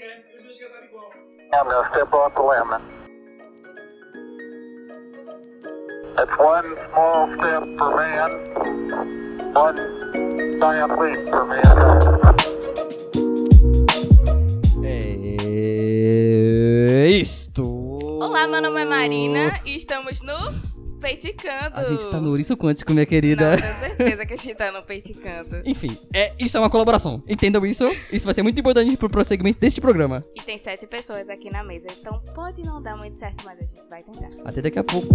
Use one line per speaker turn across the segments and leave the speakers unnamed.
é
Lambda, step off the Lambda. That's one small step for man, one giant leap for mankind.
É isto!
Olá, meu nome é Marina e estamos no Peiticando.
Oh. A gente tá no Ouriço Quântico, minha
Não,
querida.
tenho certeza que a gente tá no Peiticando.
Enfim, é, isso é uma colaboração. Entendam isso. Isso vai ser muito importante pro prosseguimento deste programa.
E tem sete pessoas aqui na mesa, então pode não dar muito certo, mas a gente vai tentar.
Até daqui a pouco.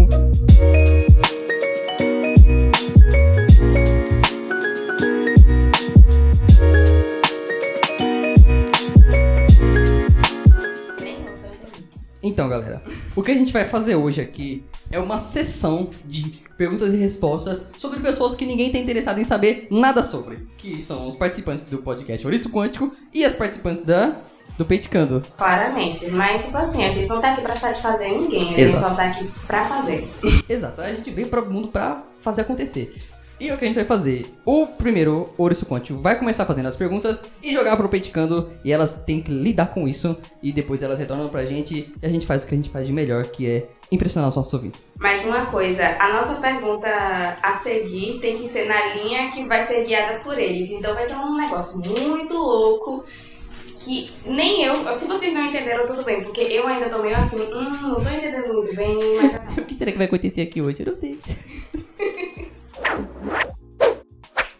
Então, galera, o que a gente vai fazer hoje aqui é uma sessão de perguntas e respostas sobre pessoas que ninguém tem interessado em saber nada sobre, que são os participantes do podcast Ouriço Quântico e as participantes da do Peiticando.
Claramente, mas tipo assim, a gente não tá aqui pra satisfazer ninguém,
a gente Exato.
só tá aqui pra fazer.
Exato, a gente veio para o mundo para fazer acontecer. E o que a gente vai fazer? O primeiro, Ouriço Quântico, vai começar fazendo as perguntas e jogar pro Peiticando, e elas têm que lidar com isso, e depois elas retornam pra gente, e a gente faz o que a gente faz de melhor, que é impressionar os nossos ouvintes.
Mais uma coisa, a nossa pergunta a seguir tem que ser na linha que vai ser guiada por eles. Então vai ser um negócio muito louco que nem eu. Se vocês não entenderam, tudo bem, porque eu ainda tô meio assim, hum, não tô entendendo muito bem, mas assim.
O que será que vai acontecer aqui hoje? Eu não sei.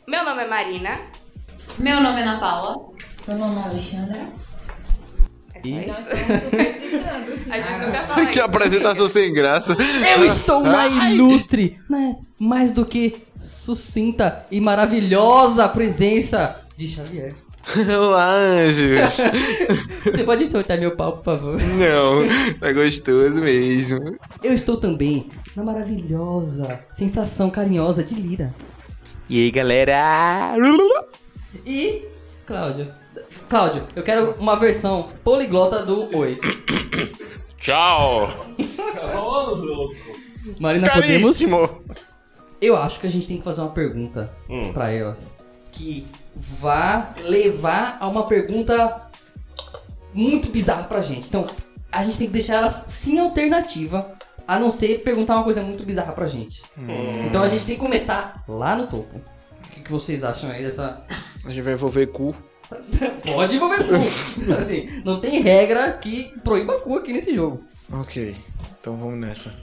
Meu nome é Marina.
Meu nome é Ana Paula. Meu nome é Alexandra.
É só
E?
isso. A gente
Isso.
nunca fala
Que
isso.
apresentação sem graça.
Eu estou na ilustre, né? Mais do que sucinta e maravilhosa presença de Xavier.
Olá, anjos.
Você pode soltar meu pau, por favor?
Não, tá gostoso mesmo.
Eu estou também na maravilhosa sensação carinhosa de Lira.
E aí, galera?
E Cláudio. Cláudio, eu quero uma versão poliglota do Oi.
Tchau.
Marina Podemos.
Caríssimo.
Eu acho que a gente tem que fazer uma pergunta
Hum.
pra elas que vá levar a uma pergunta muito bizarra pra gente. Então, a gente tem que deixar elas sem alternativa, a não ser perguntar uma coisa muito bizarra pra gente.
Hum.
Então a gente tem que começar lá no topo. O que, que vocês acham aí dessa
A gente vai envolver cu.
Pode envolver cu. assim, não tem regra que proíba cu aqui nesse jogo.
Ok, então vamos nessa.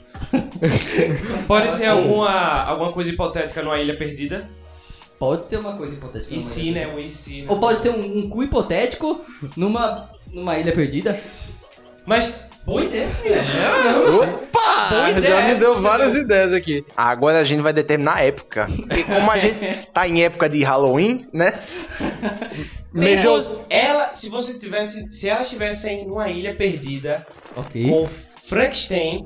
Pode ser alguma, alguma coisa hipotética numa ilha perdida.
Pode ser uma coisa hipotética.
E
não é?
se, né? Um e se, né?
Ou pode ser um, um cu hipotético numa, numa ilha perdida.
Mas, boa ideia, sim,
É.
né? Boa
Opa!
ideia,
Já me
essa
deu
você
várias ideias aqui. é. Agora a gente vai determinar a época. Porque como a gente tá em época de Halloween, né? Melhor...
Depois, Ela, se você tivesse... Se elas estivessem numa ilha perdida
Ok.
com Frankenstein...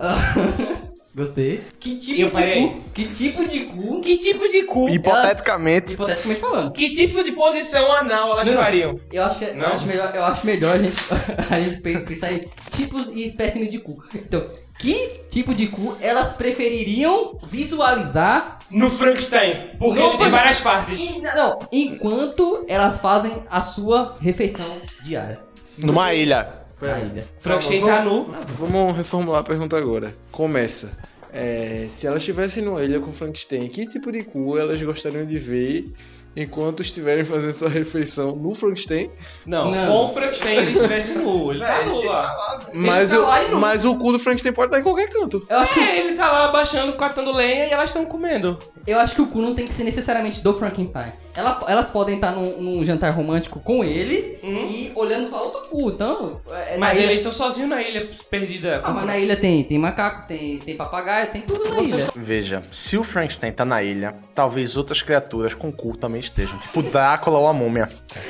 Gostei. Que tipo
Eu
de
parei.
cu? Que tipo de cu?
Que tipo de cu?
Hipoteticamente.
Hipoteticamente falando.
Que tipo de posição anal elas
Não.
fariam?
Eu acho que é, eu
Não?
acho melhor, eu acho melhor a gente, a gente pe- pensar em tipos e espécimes de cu. Então, que tipo de cu elas prefeririam visualizar
No Frankenstein. Porque
No
ele tem
Frank-
várias partes.
E- não, enquanto elas fazem a sua refeição diária.
Numa ilha.
Na ilha.
Frankenstein tá nu.
Ah, Vamos reformular a pergunta agora. Começa. É, se elas estivessem numa ilha com Frankenstein, que tipo de cu elas gostariam de ver enquanto estiverem fazendo sua refeição no Frankenstein?
Não,
Não.
com o Frankenstein ele estivesse nu. Ele tá nu lá.
Mas,
tá
eu-
lá e nu.
mas o cu do Frankenstein pode estar em qualquer canto.
Eu acho, que,
É, ele tá lá baixando, catando lenha e elas estão comendo.
eu acho que o cu não tem que ser necessariamente do Frankenstein. Ela- elas podem estar num, num jantar romântico com ele
Uhum.
e olhando pra outro cu. Então, é, na
Mas é
ilha-
eles estão sozinhos na ilha perdida.
Ah, mas na ilha tem, tem macaco, tem, tem papagaio, tem tudo na ilha.
Veja, se o Frankenstein tá na ilha, talvez outras criaturas com cu também estejam. Tipo Drácula ou a múmia.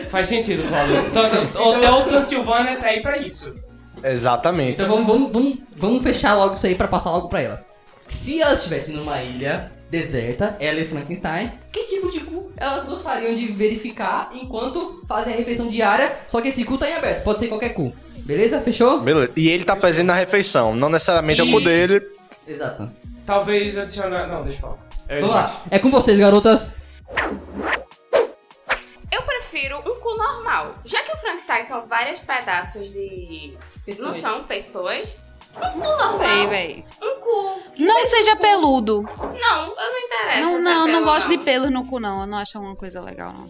Faz sentido, Paulo. Tá- tá-
Então-
O Hotel Transilvânia tá aí pra isso.
Exatamente.
Então vamos, vamos, vamos, vamos fechar logo isso aí pra passar logo pra elas. Se elas estivessem numa ilha deserta, ela e Frankenstein, que tipo de cu elas gostariam de verificar enquanto fazem a refeição diária? Só que esse cu tá em aberto, pode ser qualquer cu. Beleza? Fechou?
Beleza. E ele tá presente na refeição. Não necessariamente é o
E-
cu dele.
Exato.
Talvez adicionar. Não, deixa eu falar. É,
Vamos lá. É com vocês, garotas.
Eu prefiro um cu normal.
animal. Já que o Frankenstein são vários pedaços de. Não
Pessoas.
são pessoas.
Não sei, véi.
Um cu.
Não seja peludo.
Não, eu não interessa.
Não,
se é
não, não
pelo
gosto de
não.
pelos no cu, não. Eu não acho uma coisa legal, não.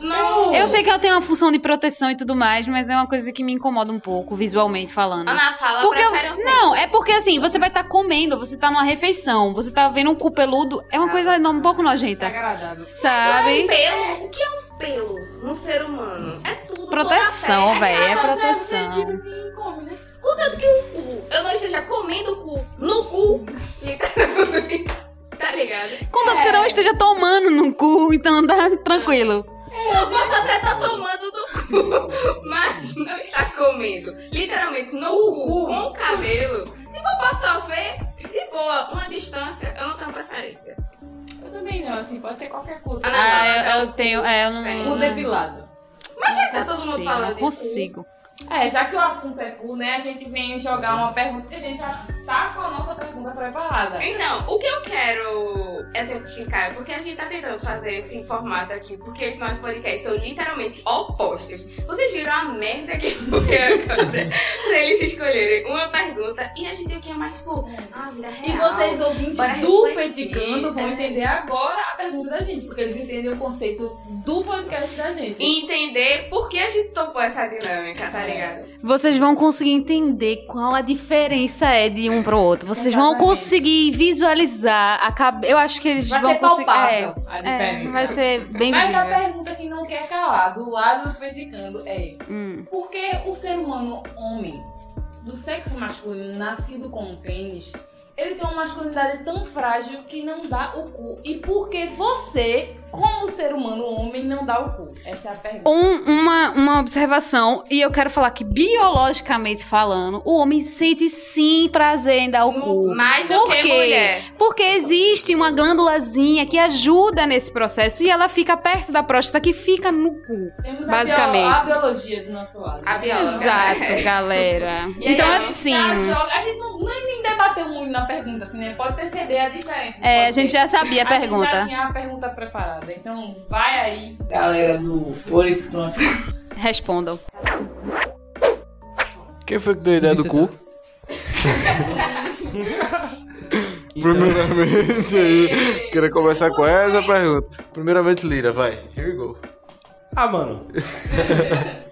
Não.
Eu sei que ela tem uma função de proteção e tudo mais, mas é uma coisa que me incomoda um pouco, visualmente falando.
Ana Paula
Porque eu-
Ah, prefere um ser-
Não, é porque assim, você vai estar comendo, você tá numa refeição, você tá vendo um cu peludo, é uma coisa não, um pouco nojenta.
Desagradável.
Sabe?
Um pelo. O que é um pelo no ser humano? É tudo.
Proteção,
toda a pele.
véi, é
Você,
proteção.
tipo assim, come, né?
Contanto que o cu, eu não esteja comendo o cu no cu, literalmente. Tá ligado?
Contanto que eu
é.
não esteja tomando no cu, então tá tranquilo.
Eu posso até estar tomando do cu, mas não está comendo. Literalmente, no cu, com o cabelo. Se for pra sofrer, de boa, uma distância, eu não tenho preferência.
Eu também não, assim, pode ser qualquer cu.
Ah, não.
Ah, eu, eu tenho. É, eu
Sim.
Cu
não.
depilado.
Mas já que tá todo mundo
Consigo,
falando
Assim, não
de
consigo.
É, já que o assunto é cu, né, a gente vem jogar uma pergunta que a gente já tá com a nossa pergunta preparada.
cu. Então, o que eu quero exemplificar, é porque a gente tá tentando fazer esse formato aqui, porque os nossos podcasts são literalmente opostos. Vocês viram a merda que foi agora pra eles escolherem uma pergunta e a gente aqui é mais, tipo, ah, vida real.
E vocês, ouvintes
Bora
do
refletir,
Peticando, vão
é.
entender agora a pergunta da gente, porque eles entendem o conceito do podcast da gente.
e entender por que a gente topou essa dinâmica, tá ligado?
Vocês vão conseguir entender qual a diferença é de um pro outro. Vocês vão
Exatamente.
conseguir visualizar a cabe... Eu acho que eles
Vai
vão
ser
conseguir.
palpável
é,
a
é,
diferença.
vai ser bem
Mas a
visível.
pergunta que não quer calar do lado do Peticando é:
Hum.
por que o ser humano homem do sexo masculino, nascido com um pênis, ele tem uma masculinidade tão frágil que não dá o cu? E por que você, como ser humano homem, não dá o cu? Essa é a pergunta.
Um- uma, uma observação, e eu quero falar que biologicamente falando, o homem sente sim prazer em dar o cu.
Mais do
Por
que
quê?
mulher.
Porque existe uma glândulazinha que ajuda nesse processo e ela fica perto da próstata que fica no cu.
Temos
Basicamente.
A, bio- a biologia do nosso lado.
A bióloga.
Exato, galera.
E aí,
Então
a gente
assim.
já joga- a gente não, nem, nem debateu muito na pergunta, assim, né? Pode perceber a diferença. não
É,
pode
a gente
ter?
já sabia a
A gente já
pergunta.
tinha a pergunta preparada. Então vai aí, galera do Boris Plant.
Respondam.
Quem foi que deu a ideia do cu? Primeiramente, aí, queria começar com essa pergunta. Primeiramente, Lira, vai. Here we go.
Ah, mano.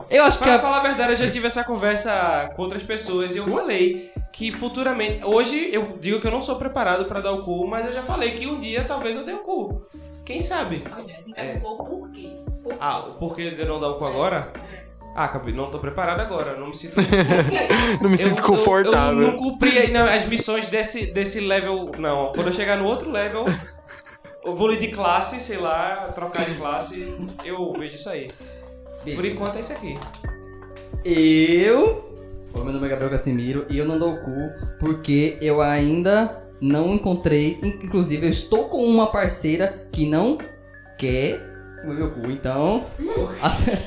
Eu acho que é
Pra
a...
falar a verdade, eu já tive essa conversa com outras pessoas e eu falei que futuramente. Hoje eu digo que eu não sou preparado pra dar o cu, mas eu já falei que um dia talvez eu dê o cu. Quem sabe?
A gente
É.
perguntou por quê. Por
Ah, o porquê de não dar o cu agora?
é.
Ah, Cabi, não tô preparado agora, não me sinto.
Não me sinto confortável.
Eu, não cumpri ainda as missões desse, desse level, não. Quando eu chegar no outro level, eu vou de classe, sei lá, trocar de classe, eu vejo isso aí. Por enquanto é isso aqui.
Eu. Oi, meu nome é Gabriel Casimiro e eu não dou o cu porque eu ainda não encontrei. in- Inclusive, eu estou com uma parceira que não quer o meu cu. Então, até,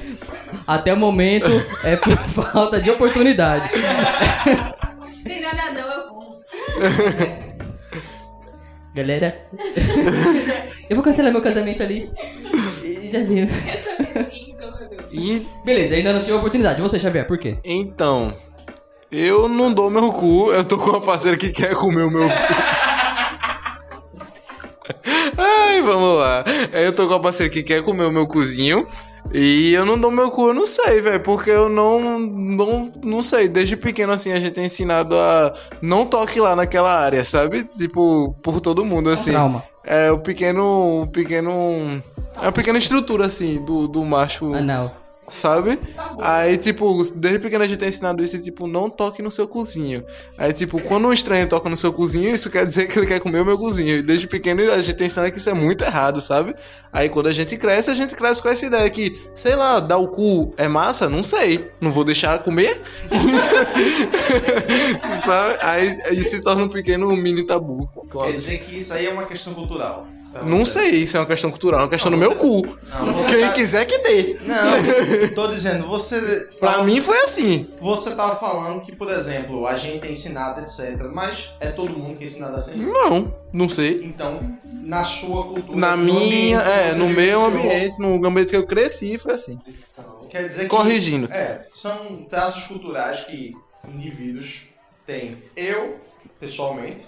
até o momento é por falta de oportunidade.
Tem nada não, eu como.
Galera, eu vou cancelar meu casamento ali. E Já deu.
E
Beleza, ainda não tive a oportunidade. Você, Xavier, por quê?
então, eu não dou meu cu, eu tô com uma parceira que quer comer o meu cu. Ai, vamos lá. Eu tô com uma parceira que quer comer o meu cozinho. E eu não dou meu cu, eu não sei, velho. Porque eu não, não. Não sei. Desde pequeno, assim, a gente é ensinado a não toque lá naquela área, sabe? Tipo, por todo mundo, assim.
Trauma.
É o pequeno. O pequeno. É a pequena estrutura, assim, do, do macho
Anal.
sabe?
Tá
Aí, tipo, desde pequeno a gente tem ensinado isso, tipo, não toque no seu cozinho. Aí, tipo, quando um estranho toca no seu cozinho, isso quer dizer que ele quer comer o meu cozinho. E desde pequeno a gente tem ensinado que isso é muito errado, sabe? Aí, quando a gente cresce, a gente cresce com essa ideia que, sei lá, dar o cu é massa? Não sei. Não vou deixar comer? sabe? Aí, aí se torna um pequeno mini tabu.
Quer dizer que isso aí é uma questão cultural. pra
Não
você.
sei, isso é uma questão cultural, é uma questão do meu cu.
Não, você
Quem
tá-
quiser que dê.
Não, tô dizendo, você. tá-
Pra mim foi assim.
Você tava falando que, por exemplo, a gente é ensinado, etc. Mas é todo mundo que é ensinado assim.
Não, não sei.
Então, na sua cultura.
Na
no
minha,
ambiente que
é,
você
no
vivenciou,
meu ambiente, no ambiente que eu cresci, foi assim.
então,
Quer dizer que.
Corrigindo.
É, são traços culturais que indivíduos têm. Eu, pessoalmente,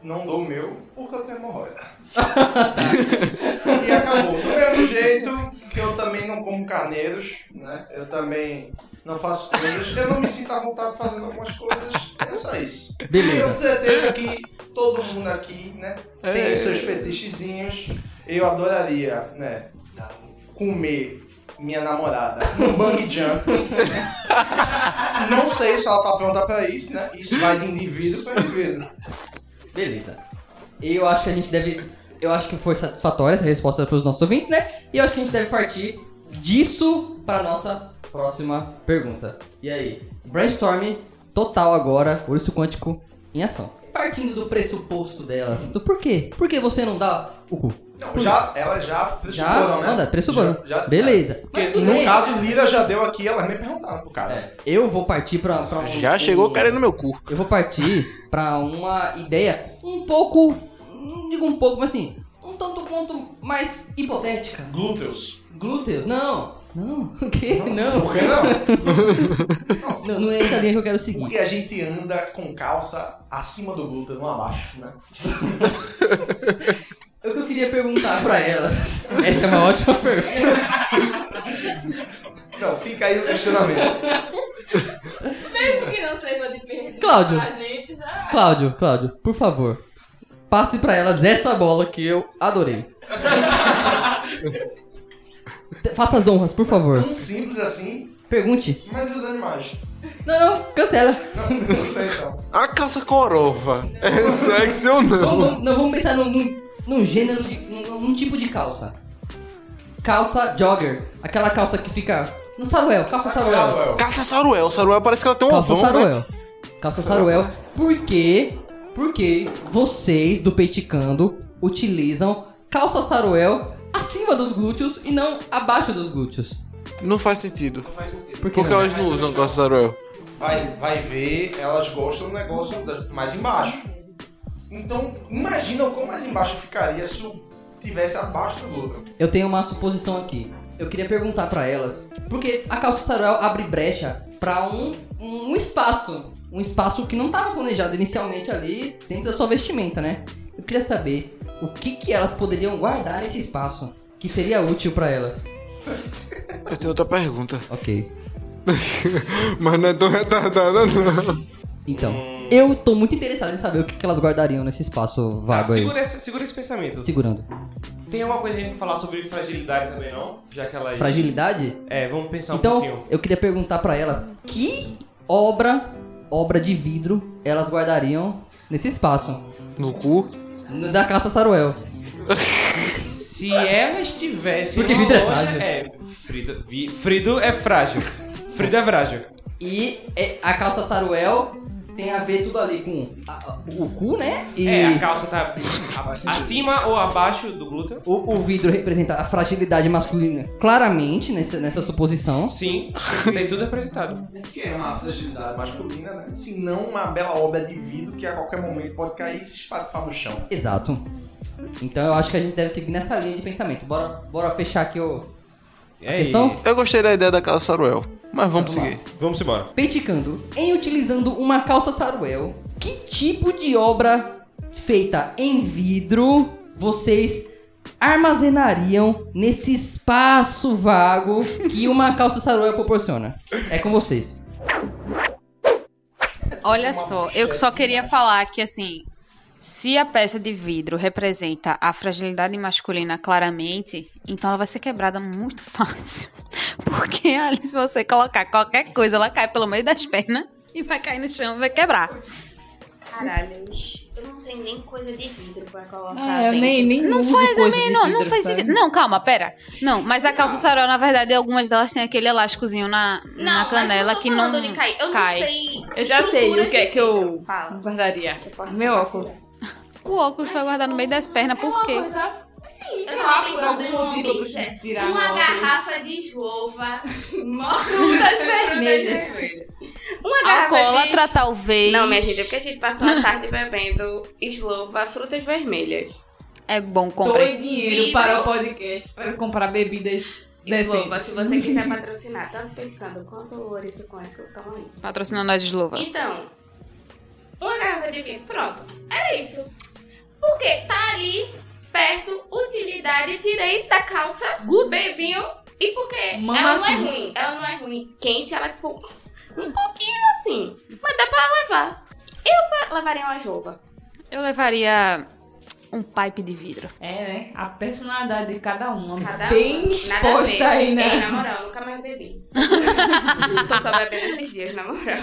não dou o meu porque eu tenho hemorroida. e acabou. Do mesmo jeito que eu também não como carneiros, né? Eu também não faço coisas. Eu não me sinto à vontade fazendo algumas coisas. É só isso.
Beleza.
Eu tenho certeza que todo mundo aqui, né? Tem
É.
seus fetichezinhos. Eu adoraria, né? comer minha namorada no bang jump. Não sei se ela tá pronta pra isso, né? Isso vai de indivíduo
é
pra
um
indivíduo.
Beleza. Eu acho que a gente deve. Eu acho que foi satisfatória essa resposta para os nossos ouvintes, né? E eu acho que a gente deve partir disso para nossa próxima pergunta. E aí? Brainstorm total agora, urso quântico em ação. Partindo do pressuposto delas, do porquê? Por que você não dá o cu?
Não, já, ela já
Já,
pressuporam, né?
manda, pressupondo.
Já- já disseram.
Beleza.
Porque
Mas tudo
no
bem.
caso, Lira já deu aqui, elas nem perguntaram pro cara.
É, eu vou partir pra. pra um-
Já chegou o cara no meu cu.
Eu vou partir pra uma ideia um pouco. Não digo um pouco, mas assim. Um tanto quanto mais hipotética.
Glúteos.
Glúteos? Não! Não, o quê? Não.
Por que não?
Não, não é essa linha que eu quero seguir.
Porque a gente anda com calça acima do glúteo, não abaixo, né?
É O que eu queria perguntar pra elas. Essa é uma ótima pergunta.
Não, Então, fica aí o questionamento.
Mesmo que não saiba de perder
Cláudio.
a gente já.
Cláudio, Cláudio, por favor. Passe pra elas essa bola que eu adorei. Te- Faça as honras, por favor.
Tão Um simples assim,
Pergunte.
mas e os animais?
Não, não, cancela.
Não, pergunta aí, então.
A calça corova. É sexy ou não?
Vamos, vamos- não, vamos pensar num, num- num gênero, de, num, num tipo de calça. Calça jogger. Aquela calça que fica no saruel. Calça saruel.
Samuel.
Calça saruel. Saruel parece que ela tem um
Calça
ovão, né?
saruel. Calça saruel. Por quê? Porque vocês do Peiticando utilizam calça saruel acima dos glúteos e não abaixo dos glúteos.
Não faz sentido.
Não faz sentido.
Por né? que
Porque
não?
elas não usam calça saruel.
vai, vai ver, elas gostam do negócio da- mais embaixo. Então, imagina o quão mais embaixo ficaria se eu tivesse abaixo do glúteo.
Eu tenho uma suposição aqui. Eu queria perguntar pra elas, porque a calça saruel abre brecha pra um, um espaço, um espaço que não tava planejado inicialmente ali dentro da sua vestimenta, né? Eu queria saber o que que elas poderiam guardar nesse espaço que seria útil pra elas.
Eu tenho outra pergunta.
OK.
Mas não é tão retardada, não.
Então, eu tô muito interessado em saber o que que elas guardariam nesse espaço
Tá,
vago aí.
segura, esse, segura esse pensamento.
Segurando.
Tem alguma coisa que a gente falar sobre fragilidade também, não? Já que ela...
Fragilidade?
É, vamos pensar um
Então,
pouquinho.
eu queria perguntar pra elas que obra, obra de vidro elas guardariam nesse espaço
No cu.
no- da calça Saruel.
Se elas tivessem
Porque
uma
vidro é
loja-
frágil.
É, Frido, vi- Frido é frágil. Frido é frágil.
E é, a calça Saruel tem a ver tudo ali com a- a- o cu, né? E
É, a calça tá a- acima ou abaixo do glúteo?
o, o vidro representa a fragilidade masculina claramente nessa, nessa suposição.
Sim, tem tudo representado.
Que é uma fragilidade masculina, né? Se não uma bela obra de vidro que a qualquer momento pode cair e se espatufar no chão.
Exato. Então eu acho que a gente deve seguir nessa linha de pensamento. Bora, bora fechar aqui o
É
questão?
Eu gostei da ideia da calça saruel. Mas vamos
Vamos lá.
seguir.
Vamos embora.
Peiticando, em utilizando uma calça saruel, que tipo de obra feita em vidro vocês armazenariam nesse espaço vago que uma calça saruel proporciona? É com vocês.
Olha só, eu só queria falar que assim, se a peça de vidro representa a fragilidade masculina claramente, então ela vai ser quebrada muito fácil. Porque ali, se você colocar qualquer coisa, ela cai pelo meio das pernas e vai cair no chão e vai quebrar.
Caralho, eu não sei nem coisa de vidro pra colocar.
Ah, eu
dentro.
nem, nem
Não
uso
faz a
coisa de
menor, não
vidro,
faz
sabe?
sentido. Não, calma, pera. Não, mas a calça sarol, na verdade, algumas delas têm aquele elásticozinho na,
Ah. Não,
na
mas
canela
eu tô
que não
falando de cair. Eu
cai.
não sei.
Eu já sei
estruturas
o que é
de
que eu
vidro. Fala.
guardaria.
Eu posso
Meu
falar
óculos.
O óculos vai guardar no meio das pernas,
É uma
por quê?
coisa. Sim,
Eu
sei
tava
lá, por
pensando em
algum
uma
motivo eu
bicha,
preciso tirar
uma
meu óculos.
garrafa de escova,
Frutas vermelhas.
uma garrafa de...
Alcoólatra, talvez.
Ah, Não, minha gente, é porque a gente passou a tarde bebendo escova, frutas vermelhas.
É bom comprar.
Doe dinheiro
Vidro.
para o podcast para comprar bebidas
Esloba, se
Decentes.
você quiser patrocinar, tanto pescando quanto o Ouriço com que estão aí.
Patrocinando a Deslova.
Então, uma garrafa de vinho, pronto. Era isso. Porque tá ali, perto, utilidade, tirei da calça, bebinho. E porque
Mama
ela não é
aqui.
ruim, ela não é ruim. Quente, ela tipo, um pouquinho assim. Mas dá pra levar. Eu pa- levaria uma joba.
Eu levaria um pipe de vidro.
É, né? A personalidade de cada uma.
Cada
bem
uma. Nada a ver.
exposta aí, né?
Ei, na moral, nunca mais bebi. Tô só bebendo esses dias, na moral.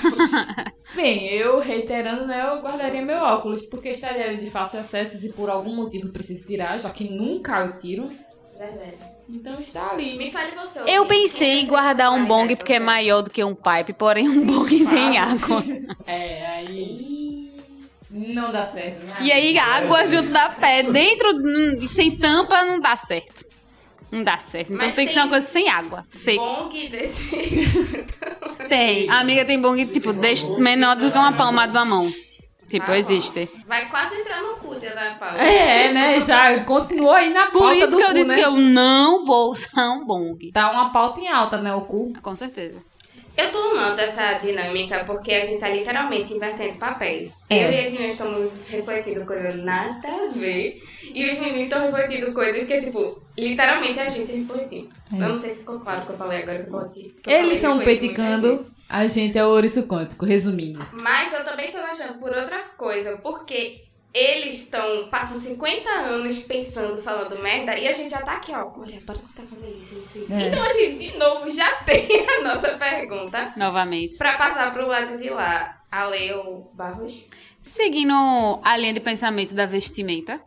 Bem, eu reiterando, né, eu guardaria meu óculos, porque estaria de fácil acesso se por algum motivo preciso tirar, já que nunca eu tiro.
Verdade.
Então está ali.
Me fale você.
Eu
ouvinte,
pensei em
quem
guardar um
personalidade
bong porque é
você
maior do que um pipe, porém um bong tem água.
É, aí. Não dá certo, né?
E aí água junto da pé, dentro, hum, sem tampa, não dá certo. Não dá certo. Então
Mas
tem que ser
tem
uma coisa sem água. Seco.
Bong desse.
Tem. A amiga tem bong, tipo, deste- menor do que uma palma de uma mão. Tipo,
Ah,
existe.
Vai quase entrar no cu dela, Paula.
Então É, né? Já continuou aí na pauta.
Por isso
do
que eu
cu,
disse
né?
que eu não vou usar um bong. Ah,
Tá uma pauta em alta, né? O cu.
Com certeza.
Eu tô amando essa dinâmica porque a gente tá literalmente invertendo papéis.
É.
Eu e as meninas estamos refletindo coisas nada a ver. E os meninos estão refletindo coisas que é tipo, literalmente a gente é refletindo. Eu não sei se ficou claro o que eu falei agora que eu botei. que eu falei
É.
um
Eles são
refleti muitas
peticando,
vezes.
a gente é o ouriço quântico, resumindo.
Mas eu também tô achando por outra coisa, porque eles estão. passam 50 anos pensando, falando merda, e a gente já tá aqui, ó. Olha, para tentar fazer isso, isso, isso.
É.
Então a gente, de novo, já tem a nossa pergunta.
Novamente.
Pra passar pro lado de lá, a Leo Barros.
Seguindo a linha de pensamento da vestimenta,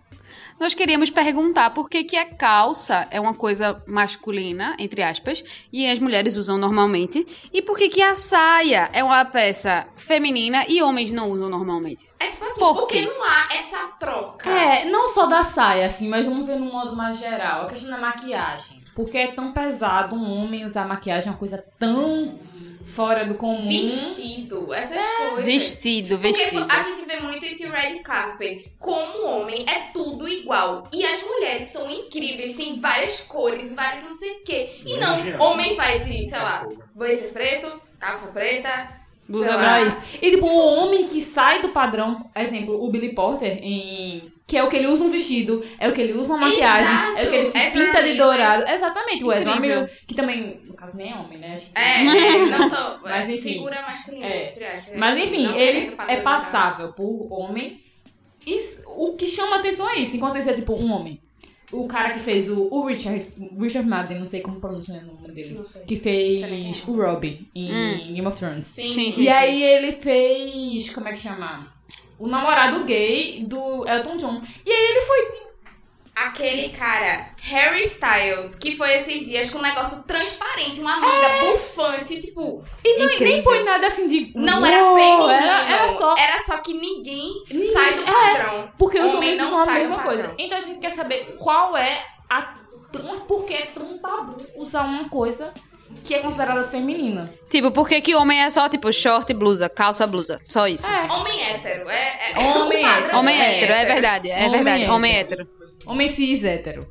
nós queríamos perguntar por que, que a calça é uma coisa masculina, entre aspas, e as mulheres usam normalmente, e por que, que a saia é uma peça feminina e homens não usam normalmente.
É tipo assim,
Por
por,
quê?
que não há essa troca?
É, não só da saia, assim, mas vamos ver no modo mais geral. A questão da maquiagem. Porque é tão pesado um homem usar maquiagem, é uma coisa tão fora do comum.
Vestido, essas
é.
coisas.
Vestido, vestido.
Porque a gente vê muito esse red carpet. Como homem, é tudo igual. E as mulheres são incríveis, tem várias cores, vários não sei o quê. E não, homem vai de, sei lá, blazer preto, calça preta.
Blusa
sei lá.
Só isso. E tipo, o homem que sai do padrão, exemplo, o Billy Porter, em... que é o que ele usa um vestido, é o que ele usa uma maquiagem, é o que ele se
Exato.
pinta de
Ezra
dourado. Exatamente, o Ezra
Incrível.
Miller, que também, no caso, nem é homem, né? Acho que-
É, é, não sou.
Mas enfim.
Figura masculina.
É.
entre aspas. né?
Mas enfim,
Não
ele
quero
é
padronizar.
passável por homem. Isso- o que chama atenção é isso, enquanto esse é tipo um homem. O cara que fez o, o Richard, Richard Madden, não sei como pronuncia o nome dele,
Não sei.
que
Também
fez
não.
o Robin em
Hum.
Game of Thrones.
Sim,
Sim,
sim.
sim.
E aí ele fez, como é que chama? O namorado gay do Elton John. E aí ele foi
Aquele cara, Harry Styles, que foi esses dias com um negócio transparente,
É.
uma manga bufante, tipo,
e não,
Incrível.
nem foi nada assim de
não
"Uou",
era feminino.
Era, era só
Era só que ninguém,
Ninguém-
sai do
é.
padrão.
Porque os
Homem
homens
não
usam a
sai do
mesma
padrão.
coisa. Então a gente quer saber qual é a. Mas por que é tão tabu usar uma coisa que é considerada feminina?
Tipo, por que, que homem é só, tipo, short e blusa, calça, blusa. Só isso.
É.
Homem hétero, é. é
Homem
o padrão
Homem
é
hétero, é verdade, é
Homem
verdade.
hétero.
Homem hétero.
Homem cis hétero.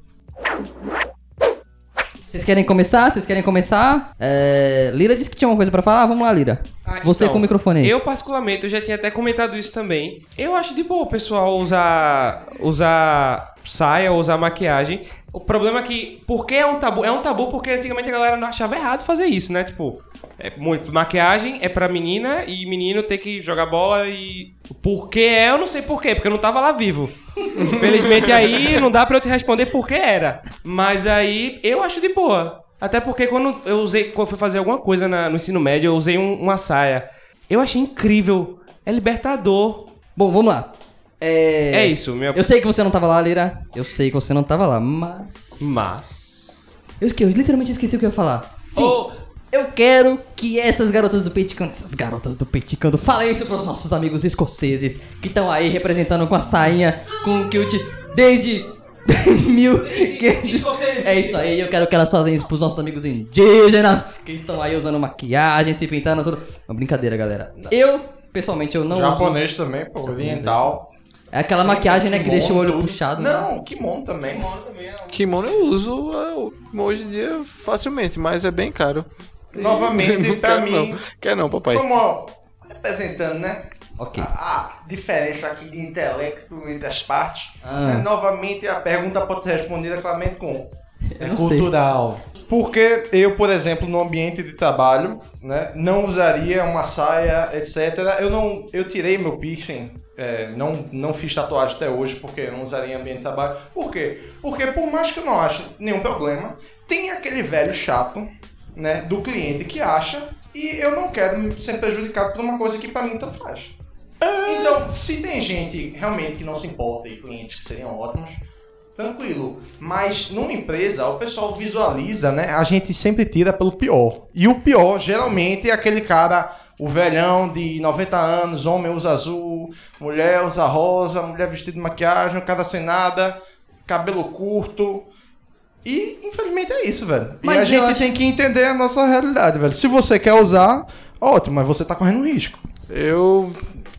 Vocês querem começar? Vocês querem começar? É, Lira disse que tinha uma coisa pra falar. Vamos lá, Lira.
Ah,
Você
então,
com o microfone aí.
Eu, particularmente, eu já tinha até comentado isso também. Eu acho de boa o pessoal usar, usar saia ou usar maquiagem. O problema é que, porque é um tabu? É um tabu porque antigamente a galera não achava errado fazer isso, né? Tipo, é muito, maquiagem é pra menina e menino tem que jogar bola e... Por que é, eu não sei por quê, porque eu não tava lá vivo. Infelizmente aí não dá pra eu te responder por que era. Mas aí eu acho de boa. Até porque quando eu usei, quando eu fui fazer alguma coisa na- no ensino médio, eu usei um- uma saia. Eu achei incrível. É libertador.
Bom, vamos lá. É...
É, isso, minha.
Eu sei que você não tava lá, Lira. Eu sei que você não tava lá, mas...
Mas.
Eu, esque- eu literalmente esqueci o que eu ia falar. Sim,
Oh,
eu quero que essas garotas do Peticando, essas garotas do Peticando, falem isso pros nossos amigos escoceses que estão aí representando com a sainha, com o kilt, desde mil... É isso aí, eu quero que elas façam isso pros nossos amigos indígenas que estão aí usando maquiagem, se pintando, tudo. Não, brincadeira, galera. Eu, pessoalmente, eu não uso-
Japonês também, pô, oriental.
É aquela maquiagem, né, que deixa o olho
Kimono,
puxado. né?
Não, kimono também. é um-
Kimono eu uso é, hoje em dia facilmente, mas é bem caro.
Novamente,
Não
pra
quero
mim,
Não. Quer não, papai.
como representando, né?
Ok.
A, a diferença aqui de intelecto entre as partes.
Ah.
né, Novamente, a pergunta pode ser respondida claramente com
Eu
é
não sei.
cultural. Porque eu, por exemplo, no ambiente de trabalho, né, não usaria uma saia, etc. Eu não, eu tirei meu piercing, é, não, não fiz tatuagem até hoje porque eu não usaria em ambiente de trabalho. Por quê? Porque por mais que eu não ache nenhum problema, tem aquele velho chato, né, do cliente que acha e eu não quero ser prejudicado por uma coisa que pra mim tanto faz.
Ah.
Então, se tem gente realmente que não se importa e clientes que seriam ótimos, tranquilo. Mas numa empresa, o pessoal visualiza, né? A gente sempre tira pelo pior. E o pior, geralmente, é aquele cara, o velhão de 90 anos, homem usa azul, mulher usa rosa, mulher vestida de maquiagem, o cara sem nada, cabelo curto. E, infelizmente, é isso, velho.
Mas
e a
eu
gente
acho-
tem que entender a nossa realidade, velho. Se você quer usar, ótimo, mas você tá correndo risco.
Eu.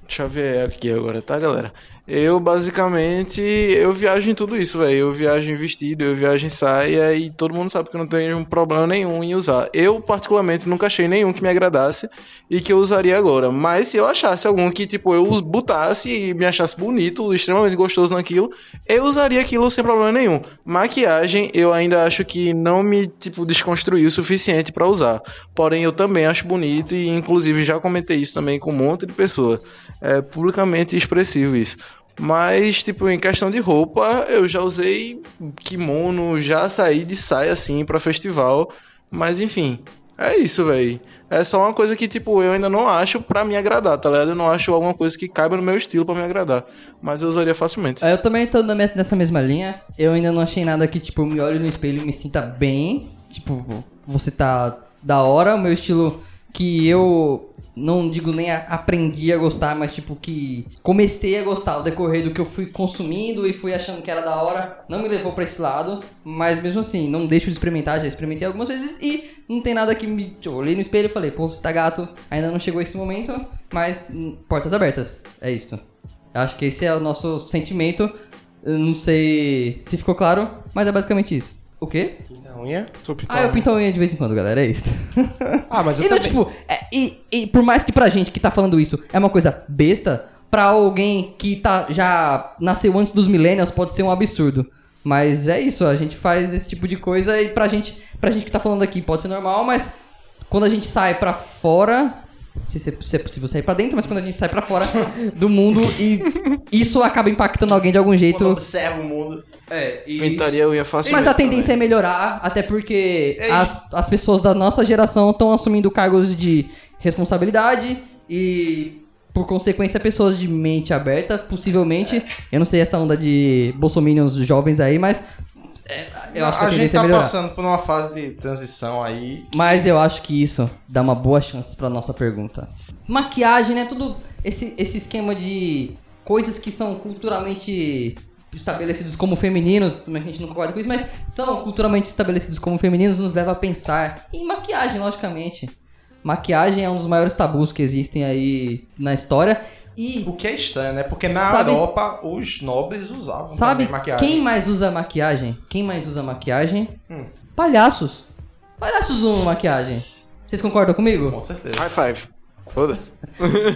Deixa eu ver aqui agora, tá, galera? Eu basicamente. Eu viajo em tudo isso, velho. Eu viajo em vestido, eu viajo em saia e todo mundo sabe que eu não tenho problema nenhum em usar. Eu, particularmente, nunca achei nenhum que me agradasse e que eu usaria agora. Mas se eu achasse algum que, tipo, eu botasse e me achasse bonito, extremamente gostoso naquilo, eu usaria aquilo sem problema nenhum. Maquiagem, eu ainda acho que não me, tipo, desconstruiu o suficiente pra usar. Porém, eu também acho bonito e, inclusive, já comentei isso também com um monte de pessoa. É publicamente expressivo isso. Mas, tipo, em questão de roupa, eu já usei kimono, já saí de saia, assim, pra festival. Mas, enfim, é isso, velho. É só uma coisa que, tipo, eu ainda não acho pra me agradar, tá ligado? Eu não acho alguma coisa que caiba no meu estilo pra me agradar. Mas eu usaria facilmente.
Eu também tô na mes- nessa mesma linha. Eu ainda não achei nada que, tipo, eu me olho no espelho e me sinta bem. Tipo, você tá da hora. O meu estilo que eu não digo nem a- aprendi a gostar, mas tipo que comecei a gostar ao decorrer do que eu fui consumindo e fui achando que era da hora, não me levou pra esse lado, mas mesmo assim, não deixo de experimentar, já experimentei algumas vezes e não tem nada que me... tipo, Eu olhei no espelho e falei, pô, você tá gato, ainda não chegou esse momento, mas hum, portas abertas, é isso. Eu acho que esse é o nosso sentimento. Eu não sei se ficou claro, mas é basicamente isso. O quê?
Pinta a unha.
ah, eu pinto a unha de vez em quando, galera. É isso.
Ah, mas eu
então,
também.
tipo, é- e, e por mais que pra gente que tá falando isso é uma coisa besta, pra alguém que tá, já nasceu antes dos millennials pode ser um absurdo. Mas é isso, a gente faz esse tipo de coisa e pra gente, pra gente que tá falando aqui pode ser normal, mas quando a gente sai pra fora. Não sei se é, se é possível sair pra dentro, mas quando a gente sai pra fora do mundo e isso acaba impactando alguém de algum
Quando
jeito.
observa o mundo.
É, e-
Pintaria eu ia facilmente.
mas a tendência é melhorar, até porque
Ei.
as, as pessoas da nossa geração estão assumindo cargos de responsabilidade e, por consequência, pessoas de mente aberta, possivelmente. Eu não sei essa onda de bolsominions jovens aí, mas é, eu acho que a,
a gente
tendência
tá
é melhorar.
passando por uma fase de transição aí
Mas eu acho que isso dá uma boa chance pra nossa pergunta. Maquiagem, né? Tudo esse, esse esquema de coisas que são culturalmente estabelecidos como femininos, como a gente não concorda com isso, mas são culturalmente estabelecidos como femininos, nos leva a pensar em maquiagem, logicamente. Maquiagem é um dos maiores tabus que existem aí na história. E
O que é estranho, né? Porque na
Sabe-
Europa os nobres usavam
Sabe
também maquiagem.
quem mais usa maquiagem? Quem mais usa maquiagem?
Hum.
Palhaços. Palhaços usam maquiagem. Vocês concordam comigo?
Com certeza.
High five. Foda-se.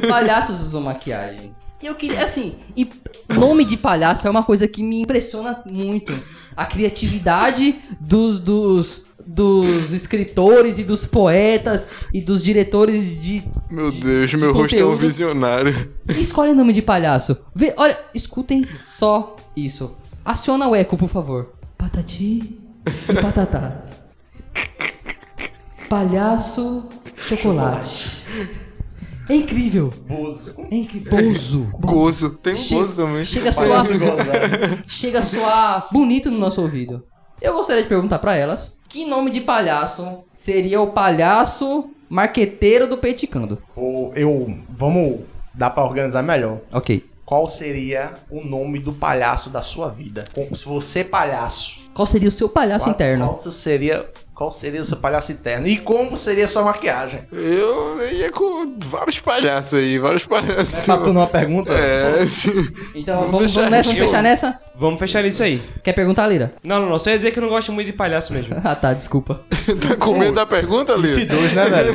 palhaços usam maquiagem. E eu queria, assim, e nome de palhaço é uma coisa que me impressiona muito. A criatividade dos, dos, dos escritores e dos poetas e dos diretores de.
Meu
de-
Deus,
de
meu rosto é um
conteúdo.
visionário.
Escolhe nome de palhaço. Vê, olha, escutem só isso. Aciona o eco, por favor. Patati e patatá. Palhaço chocolate. É incrível.
Bozo.
É incrível. Bozo.
Gozo. Tem um
Che-
gozo também. é.
Chega a soar,
Palhaço gozado.
chega a soar bonito no nosso ouvido. Eu gostaria de perguntar pra elas que nome de palhaço seria o palhaço marqueteiro do Peiticando.
Ou eu. Vamos dar pra organizar melhor.
Ok.
Qual seria o nome do palhaço da sua vida? Como se você palhaço.
Qual seria o seu palhaço
qual,
interno?
Qual seria. Qual seria o seu palhaço interno? E como seria sua maquiagem?
Eu ia com vários palhaços aí, vários palhaços.
Tá tudo uma pergunta?
É,
Então
Vamos
vamos,
deixar
vamos nessa, vamos
isso.
fechar nessa?
Vamos fechar isso aí.
Quer perguntar, Lira?
Não, não, não. Só ia dizer que eu não gosto muito de palhaço mesmo.
Ah tá, desculpa.
tá com medo da pergunta,
De
Lira?
dois, né, velho?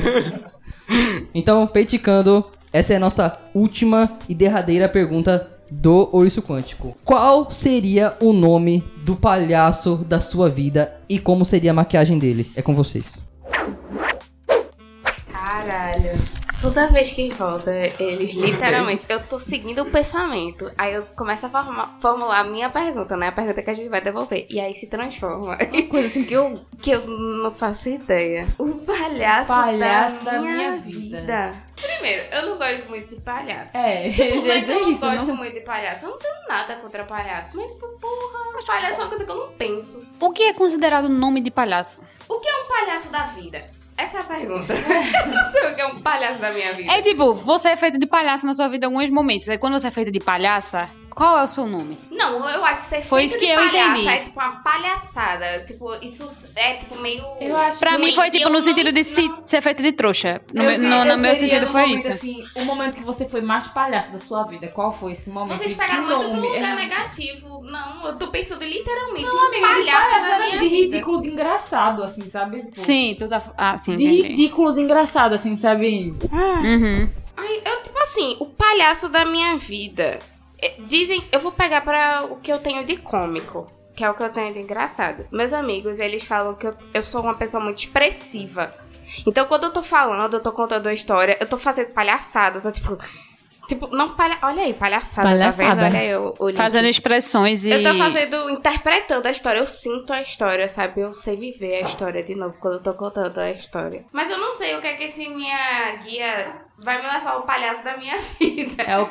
Então, peiticando, essa é a nossa última e derradeira pergunta do Ouriço Quântico. Qual seria o nome do palhaço da sua vida e como seria a maquiagem dele? É com vocês.
Caralho. Toda vez que volta, eles literalmente. Eu tô seguindo o pensamento. Aí eu começo a forma- formular a minha pergunta, né? A pergunta que a gente vai devolver. E aí se transforma. Coisa assim que eu, que eu não faço ideia. O palhaço,
Palhaço
da,
da
minha,
minha
vida.
vida.
Primeiro, eu não gosto muito de palhaço.
É,
Como
eu já
é que
ia dizer
eu não
isso.
gosto
Não...
muito de palhaço? Eu não tenho nada contra palhaço. Mas, tipo, porra, palhaço é uma coisa que eu não penso.
O que é considerado nome de palhaço?
O que é um palhaço da vida? Essa é a pergunta. eu não sei o que é um palhaço da minha vida.
É tipo, você é feita de palhaça na sua vida em alguns momentos. Aí quando você é feita de palhaça, qual é o seu nome?
Não, eu acho que ser
Foi
feito
isso
de
que eu
palhaça
entendi.
é tipo uma palhaçada. Tipo, isso é tipo meio.
Eu acho
Pra
que-
mim foi
eu
tipo no
não-
sentido de se-
não.
ser feita de trouxa. No,
Eu
meu-
vi-
no-
eu
no meu
seria
sentido
no
foi
momento,
isso.
Assim, o momento que você foi mais palhaço da sua vida, qual foi esse momento?
Vocês
E
pegaram
que
muito pro
nome?
lugar né?
É.
negativo. Não, eu tô pensando literalmente.
Não,
um
amiga, de
palhaço, da minha
palhaçada, de
vida.
ridículo, de engraçado, assim, sabe? Tipo,
Sim, tu tá. Ah, sim,
De
entendi.
ridículo, de engraçado, assim, sabe?
Uhum.
Ai, eu, tipo assim, o palhaço da minha vida. É, Dizem, eu vou pegar pra o que eu tenho de cômico, que é o que eu tenho de engraçado. Meus amigos, eles falam que eu, eu sou uma pessoa muito expressiva. Então, quando eu tô falando, eu tô contando uma história, eu tô fazendo palhaçada, eu tô tipo. Tipo, não palha. Olha aí, palhaçada, tá
Palhaçada.
vendo? Olha aí, o, o link.
Fazendo expressões e.
Eu tô fazendo, interpretando a história, eu sinto a história, sabe? Eu sei viver a história de novo quando eu tô contando a história. Mas eu não sei o que é que esse minha guia vai me levar ao palhaço da minha vida.
É o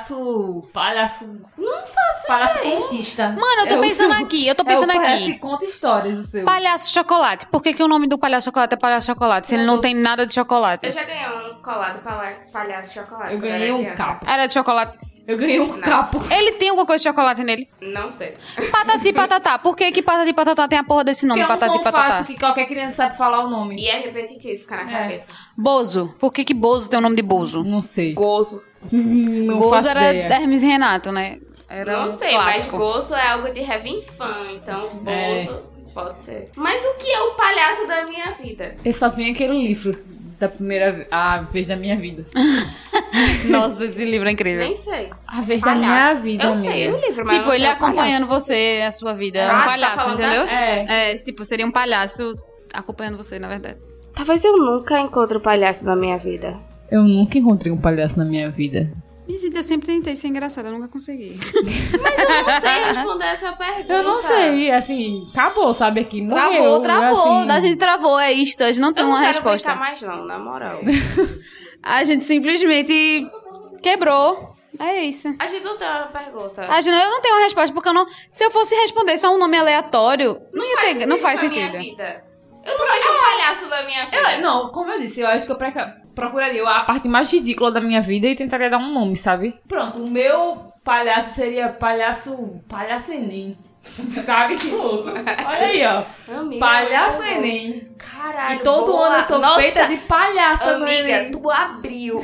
palhaço. Palhaço.
Não faço.
Palhaço contista.
Mano, eu tô
É o-
pensando aqui, eu tô pensando
é o palhaço
aqui.
que conta histórias, o seu.
Palhaço chocolate. Por que, que o nome do palhaço chocolate é palhaço chocolate? Se ele não tem nada de
Eu
chocolate.
já ganhei um colado pala- palhaço de chocolate.
Eu
quando
ganhei
era
um
criança.
capo.
Era de chocolate.
Eu ganhei um capo.
Ele tem alguma coisa de chocolate nele?
Não sei.
Patati patatá. Por que que patati patatá tem a porra desse
Que
nome?
é um
Patati
som
patatá.
fácil que qualquer criança sabe falar o nome.
E é repetitivo, fica na
É.
cabeça.
Bozo. Por que que Bozo tem o nome de Bozo?
Não sei.
Gozo.
Não
Bozo
faço
era
ideia.
Hermes e Renato, né?
É
Era
não
um
sei,
clássico.
mas gozo é algo de revinfã, então
É.
gozo pode ser. Mas o que é o palhaço da minha vida?
Eu só vi aquele livro da primeira ve- a vez da minha vida.
Nossa, esse livro é incrível.
Nem sei.
A vez da minha
Palhaço.
vida,
Eu
amiga.
sei o
Tipo,
livro, mas eu não
ele
sei o palhaço.
acompanhando você, a sua vida. É
Ah,
um
tá
palhaço,
falando da-
entendeu?
É.
É, tipo, seria um palhaço acompanhando você, na verdade.
Talvez eu nunca encontre o palhaço na minha vida.
Eu nunca encontrei um palhaço na minha vida.
Minha gente, eu sempre tentei ser engraçada, eu nunca consegui.
Mas eu não sei responder essa pergunta.
Eu não sei, assim, acabou, sabe? Aqui morreu.
Travou, travou.
assim.
A gente travou, é isto. A gente não tem
Eu não
uma
quero
resposta.
brincar mais não, na moral.
A gente simplesmente quebrou. É isso.
A gente não tem uma pergunta.
A gente, não- Ah, eu não tenho uma resposta, porque eu não. Se eu fosse responder só um nome aleatório, não, ia ter. Não faz
pra minha
sentido.
vida. Eu não vejo um palhaço na minha vida.
Eu- não, como eu disse, eu acho que eu preca- procuraria a parte mais ridícula da minha vida e tentaria dar um nome, sabe? Pronto, o meu palhaço seria palhaço. palhaço Enem. Sabe? Olha aí, ó.
Amiga,
Palhaço
boa.
Enem.
Caralho.
E todo
boa.
ano eu sou
Nossa,
feita de palhaça no
Amiga,
Enem.
tu abriu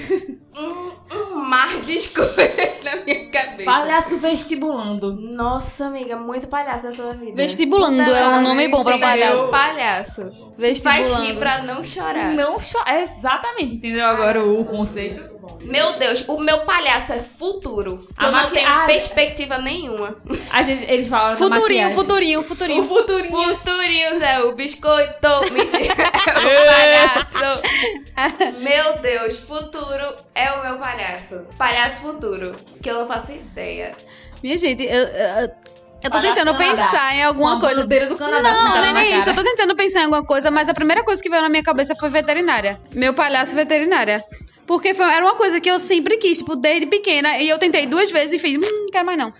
um, um mar de escolhas na minha cabeça.
Palhaço vestibulando.
Nossa, amiga, muito palhaço na tua vida.
Vestibulando é um nome bom pra um
Entendeu?
palhaço.
Palhaço. Faz rir
Vestibulando.
pra não chorar.
Não cho- Exatamente, entendeu agora o conceito?
Meu Deus, o meu palhaço é futuro. que
A
eu não
maqui-
tenho
Ah,
perspectiva nenhuma.
A gente, eles falaram da
Futurinho,
maquiagem.
futurinho,
O
futurinho.
futurinho.
Futurinhos é o biscoito. Mentira, é o palhaço. meu Deus, futuro é o meu palhaço. Palhaço futuro. Que eu não faço ideia.
Minha gente, eu, eu, eu tô
Palhaço
tentando
Canadá.
pensar em alguma
Com a
coisa.
bandeira do Canadá
Não,
pintada
não é
na
nem isso.
cara.
Eu tô tentando pensar em alguma coisa, mas a primeira coisa que veio na minha cabeça foi veterinária. Meu palhaço veterinária. Porque foi- era uma coisa que eu sempre quis, tipo, desde pequena. E eu tentei duas vezes e fiz, hum, não quero mais não.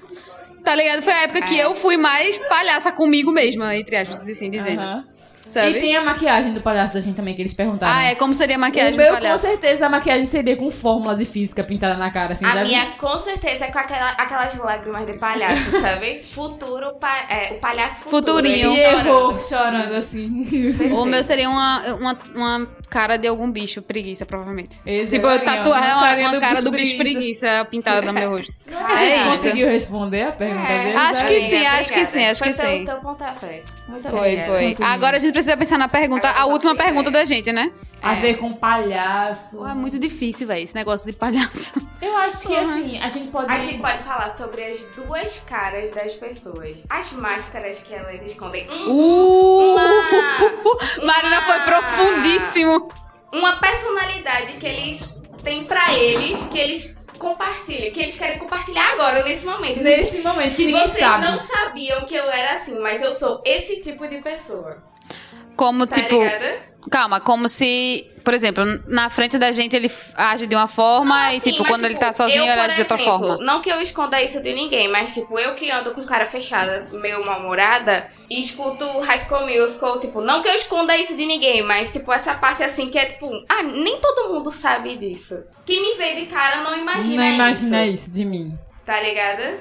Tá ligado? Foi a época que eu fui mais palhaça comigo mesma, entre aspas, assim dizendo.
Aham.
Sabe?
E tem a maquiagem do palhaço da gente também, que eles perguntaram. né?
Ah, é como seria a maquiagem
o meu,
do palhaço?
com certeza, é a maquiagem seria com fórmula de física pintada na cara, assim,
a
sabe?
minha, com certeza, é com aquela, aquelas lágrimas de palhaço, sabe? Futuro, pa- é, o palhaço futuro.
Futurinho. Tipo,
ele
E
chorando.
errou, chorando assim.
O meu seria uma, uma, uma cara de algum bicho, preguiça, provavelmente.
Esse
tipo,
é
eu
legal.
tatuar
Uma
uma,
carinha
uma
do
cara
bicho
do bicho
preguiça.
preguiça pintada no meu rosto.
A gente
É isso.
conseguiu responder a pergunta
É.
deles?
Acho
né?
que
Obrigada,
sim, acho que
obrigada.
sim, acho que
Foi
sim.
teu, teu pontapé. Muito
Foi,
obrigada.
foi.
Conseguimos.
É. Agora a gente precisa pensar na pergunta,
Agora
a
eu
última
consigo,
pergunta
é.
da gente, né?
A ver com palhaço.
Pô, é muito difícil, velho, esse negócio de palhaço.
Eu acho que assim, a gente pode.
A gente pode falar sobre as duas caras das pessoas. As máscaras que elas escondem. Um-
Uh!
Uma-
Marina foi
uma-
profundíssimo.
Uma personalidade que eles têm pra eles, que eles compartilham, que eles querem compartilhar agora, nesse momento.
Nesse momento, que
Tipo,
ninguém
Vocês
sabe.
não sabiam que eu era assim, mas eu sou esse tipo de pessoa.
Como,
Tá
tipo,
ligada?
calma, como se, por exemplo, na frente da gente ele f- age de uma forma e,
Assim,
tipo,
mas,
quando ele tá sozinho
eu,
ele
por
age de outra
exemplo,
forma.
Não que eu esconda isso de ninguém, mas tipo, eu que ando com cara fechada, meio mal-humorada, e escuto High School Musical, tipo, não que eu esconda isso de ninguém, mas tipo, essa parte assim que é tipo, ah, nem todo mundo sabe disso. Quem me vê de cara não imagina,
não imagina
isso.
isso. de mim.
Tá ligada?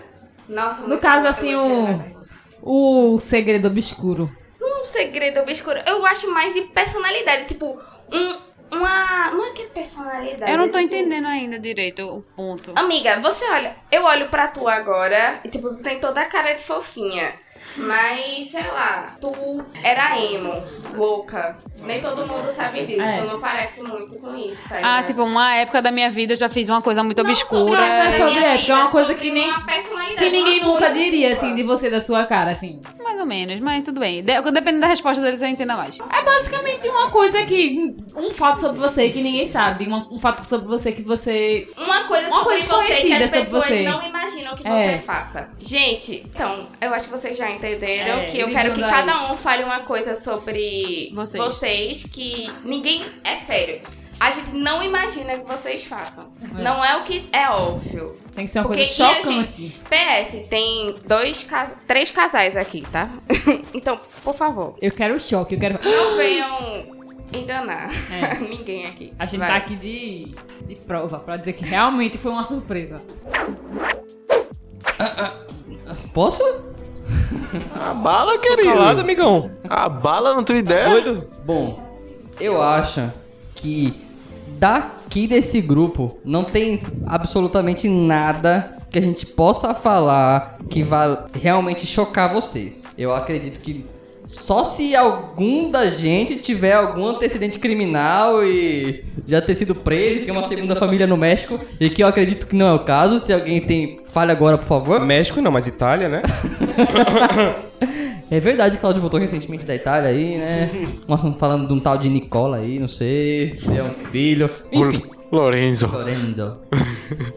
Nossa,
No
muito
caso,
bom, eu
assim,
gostei
o-
da pergunta.
O segredo obscuro.
um segredo obscuro. Eu acho mais de personalidade. Tipo, um, uma. Não é que é personalidade.
Eu não tô
é tipo-
entendendo ainda direito o ponto.
Amiga, você olha. Eu olho pra tu agora e, tipo, tu tem toda a cara de fofinha. Mas, sei lá, tu era emo, louca. Nem todo mundo sabe disso.
É.
Tu não parece muito com isso, tá
Ah,
ligado?
tipo, uma época da minha vida eu já fiz uma coisa muito
Não
obscura.
sobre a
é
minha
sobre
vida,
época, é uma coisa
sobre
que nem-
uma personalidade,
Que ninguém
é uma
nunca
coisa
diria,
sua.
assim, de você, da sua cara, assim.
Mais ou menos, mas tudo bem. De- dependendo da resposta deles, eu entendo mais.
É basicamente uma coisa que. Um fato sobre você que ninguém sabe. uma- Um, fato sobre você que você.
Uma coisa
Uma
sobre
coisa
você que
desconhecida
as
sobre
pessoas
você.
não imaginam que
É.
você faça. Gente, então, eu acho que vocês já entenderam
É,
que eu quero que
ligando a
cada
isso.
um fale uma coisa sobre
Vocês.
vocês que ninguém. É sério. A gente não imagina que vocês façam. Não é o que é óbvio.
Tem que ser É uma
Porque
coisa
que a
chocante.
PS, tem dois cas... três casais aqui, tá? então, por favor,
Eu quero choque, eu quero.
não venham enganar
É.
ninguém aqui.
A gente
Vai.
tá aqui de, de prova pra dizer que realmente foi uma surpresa.
Posso?
A bala,
Tá Calado,
querido.
amigão.
A bala, não tem ideia?
Doido.
Bom, eu acho que daqui desse grupo não tem absolutamente nada que a gente possa falar que vá realmente chocar vocês. Eu acredito que só se algum da gente tiver algum antecedente criminal e já ter sido preso, ter uma segunda família no México, e que eu acredito que não é o caso. Se alguém tem, fale agora, por favor.
México não, mas Itália, né?
É verdade que Claudio voltou recentemente da Itália aí, né? Um assunto falando de um tal de Nicola aí, não sei se é um filho. Enfim,
Lorenzo.
Lorenzo.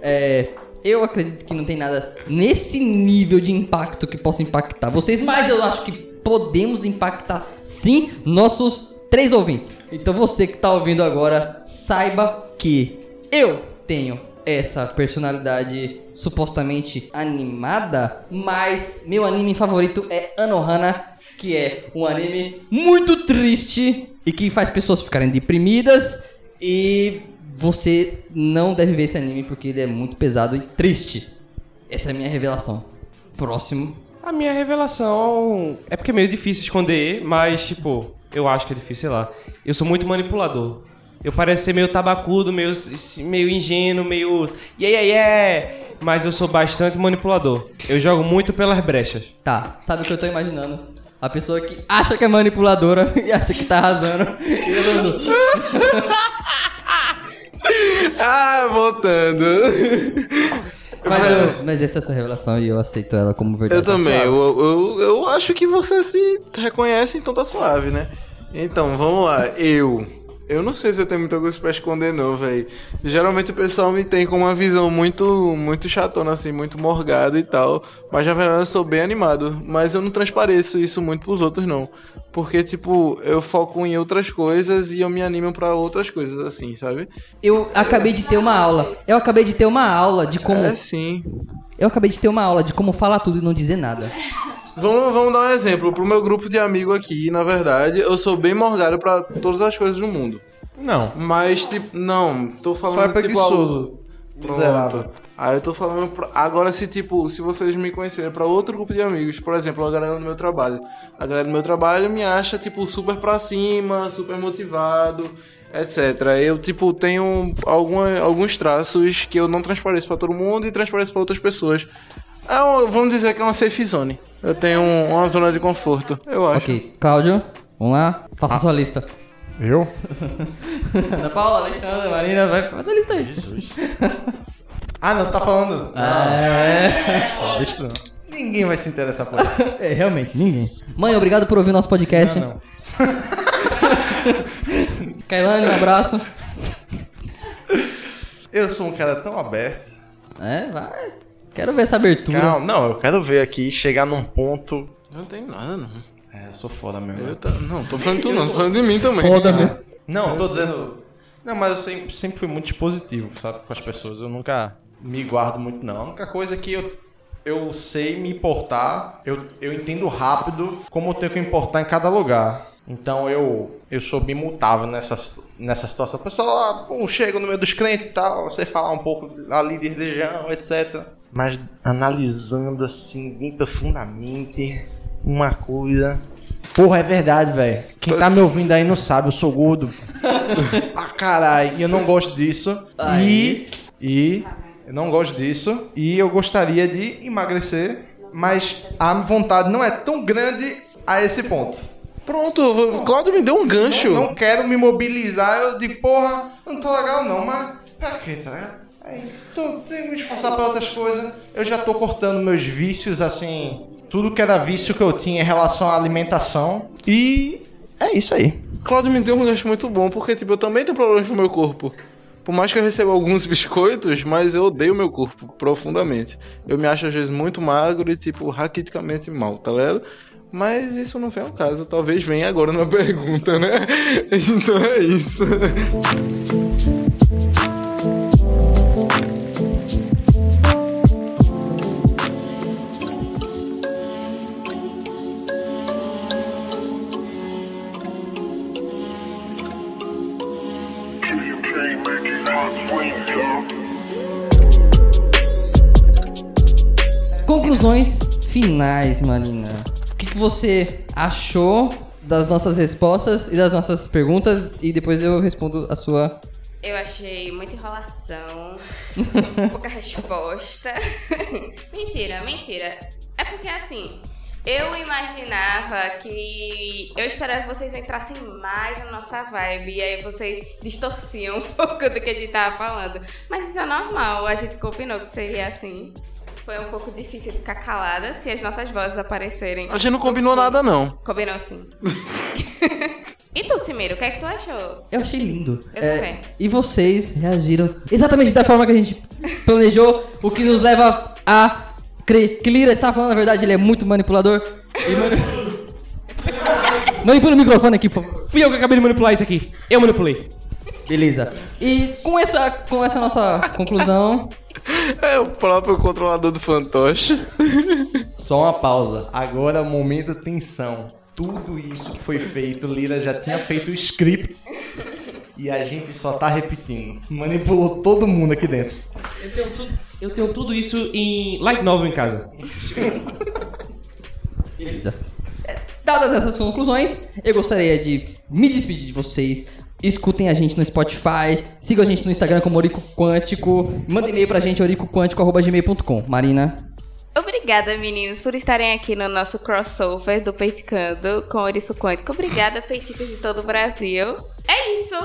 É, eu acredito que não tem nada nesse nível de impacto que possa impactar vocês, mas eu acho que podemos impactar sim nossos três ouvintes. Então você que tá ouvindo agora, saiba que eu tenho essa personalidade supostamente animada, mas meu anime favorito é Anohana que é um anime muito triste e que faz pessoas ficarem deprimidas e você não deve ver esse anime porque ele é muito pesado e triste. Essa é a minha revelação. Próximo.
A minha revelação é porque é meio difícil esconder, mas tipo, eu acho que é difícil, sei lá. Eu sou muito manipulador. Eu pareço ser meio tabacudo, meio, meio ingênuo, meio. Yeah, yeah, yeah! Mas eu sou bastante manipulador. Eu jogo muito pelas brechas.
Tá, sabe o que eu tô imaginando? A pessoa que acha que é manipuladora e acha que tá arrasando. E eu não-
Ah, voltando.
Mas, eu- mas essa é a sua revelação e eu aceito ela como verdade.
Eu também. Eu, eu, eu acho que você se reconhece, então tá suave, né? Então, vamos lá. Eu. Eu não sei se eu tenho muita coisa pra esconder, não, velho. Geralmente o pessoal me tem com uma visão muito muito chatona, assim, muito morgada e tal. Mas na verdade eu sou bem animado. Mas eu não transpareço isso muito pros outros, não. Porque, tipo, eu foco em outras coisas e eu me animo pra outras coisas, assim, sabe?
Eu acabei de ter uma aula. Eu acabei de ter uma aula de como.
É sim.
Eu acabei de ter uma aula de como falar tudo e não dizer nada.
Vamos, vamos dar um exemplo. Pro meu grupo de amigo aqui, na verdade, eu sou bem morgado pra todas as coisas do mundo.
Não.
Mas, tipo, não, tô falando.
Só é preguiçoso.
Tipo,
Miserável.
Pronto. Aí eu tô falando. pra- Agora, se tipo, se vocês me conhecerem pra outro grupo de amigos, por exemplo, a galera do meu trabalho. A galera do meu trabalho me acha, tipo, super pra cima, super motivado, etc. Eu, tipo, tenho alguma, alguns traços que eu não transpareço pra todo mundo e transpareço pra outras pessoas. É uma- vamos dizer que é uma safe zone. Eu tenho um, uma zona de conforto, eu acho.
Ok, Cláudio, vamos lá. Faça a sua lista.
Eu?
Ana Paula, Alexandra, Marina, vai faz a lista aí.
Ah, não, tá falando.
É,
Não, bicho, não. Ninguém vai se interessar por isso.
é, realmente, ninguém. Mãe, obrigado por ouvir nosso podcast.
Não, não.
Kailane, um abraço.
Eu sou um cara tão aberto.
É, vai. Quero ver essa abertura.
Calma, não, eu quero ver aqui chegar num ponto.
Eu não tenho nada, não.
É, eu sou foda mesmo.
Eu tá- não, tô falando de tu não, tô falando de mim também.
Foda-me.
Não, eu tô dizendo. Não, mas eu sempre, sempre fui muito dispositivo, sabe? Com as pessoas. Eu nunca me guardo muito, não. A única coisa é que eu, eu sei me importar, eu, eu entendo rápido como eu tenho que me importar em cada lugar. Então eu, eu sou bem mutável nessa, nessa situação. O pessoal ah, pô, chega no meio dos crentes e tal, você falar um pouco ali de religião, etc. Mas analisando assim, bem profundamente, uma coisa.
Porra, é verdade, velho. Quem tá
Tá
me
c-
ouvindo aí não sabe, eu sou gordo. ah, caralho, e eu não gosto disso.
Aí.
E. E. Eu não gosto disso. E eu gostaria de emagrecer, mas a vontade não é tão grande a esse ponto.
Pronto, eu vou- Cláudio me deu um gancho.
Não, não quero me mobilizar, eu de porra, não tô legal não, mas pra quê, tá ligado? Aí, tô, tenho que me esforçar pra outras coisas. Eu já tô cortando meus vícios, assim, tudo que era vício que eu tinha em relação à alimentação. E é isso aí.
Cláudio me deu um gancho muito bom, porque tipo, eu também tenho problemas com o meu corpo. Por mais que eu receba alguns biscoitos, mas eu odeio meu corpo profundamente. Eu me acho às vezes muito magro e tipo, raquiticamente mal, tá ligado? Mas isso não vem ao caso, talvez venha agora na pergunta, né? Então é isso.
Conclusões finais, Marina. O que, que você achou das nossas respostas e das nossas perguntas? E depois eu respondo a sua.
Eu achei muita enrolação, pouca resposta. mentira, mentira. É porque assim, eu imaginava que. Eu esperava que vocês entrassem mais na nossa vibe e aí vocês distorciam um pouco do que a gente tava falando. Mas isso é normal, a gente combinou que seria assim. Foi um pouco difícil ficar calada se as nossas vozes aparecerem.
A gente não combinou nada, não.
Combinou sim. e tu, Cimiro, o que é que tu achou?
Eu achei lindo. É,
Eu também.
e vocês reagiram exatamente da forma que a gente planejou, o que nos leva a crer que Lira está falando a verdade, ele é muito manipulador. E mani- Manipula o microfone aqui, por favor.
Fui eu que acabei de manipular isso aqui. Eu manipulei.
Beleza. E com essa, com essa nossa conclusão,
É o próprio controlador do fantoche.
Só uma pausa. Agora é o momento tensão. Tudo isso que foi feito, Lira já tinha feito o script. E a gente só tá repetindo. Manipulou todo mundo aqui dentro.
Eu tenho tudo, eu tenho tudo isso em light novel em casa.
Beleza. É, Dadas essas conclusões, eu gostaria de me despedir de vocês. Escutem a gente no Spotify, sigam a gente no Instagram como Orico Quântico, mandem e-mail pra gente, oricoquântico.gmail.com. Marina,
Obrigada, meninos, por estarem aqui no nosso crossover do Peiticando com Ouriço Quântico. Obrigada, peititas de todo o Brasil. É isso!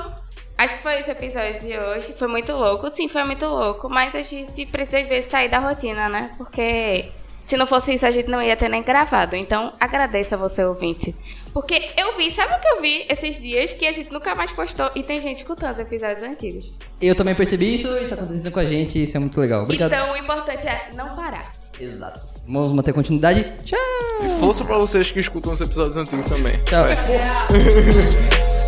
Acho que foi esse episódio de hoje. Foi muito louco. Sim, foi muito louco. Mas a gente precisa às vezes, sair da rotina, né? Porque se não fosse isso, a gente não ia ter nem gravado. Então, agradeço a você, ouvinte. Porque eu vi, sabe o que eu vi esses dias? Que a gente nunca mais postou e tem gente escutando os episódios antigos.
eu também percebi isso e tá acontecendo com a gente, isso é muito legal. Obrigado.
Então, o importante é não parar.
Exato. Vamos manter continuidade. Tchau.
E força pra vocês que escutam os episódios antigos também.
Tchau.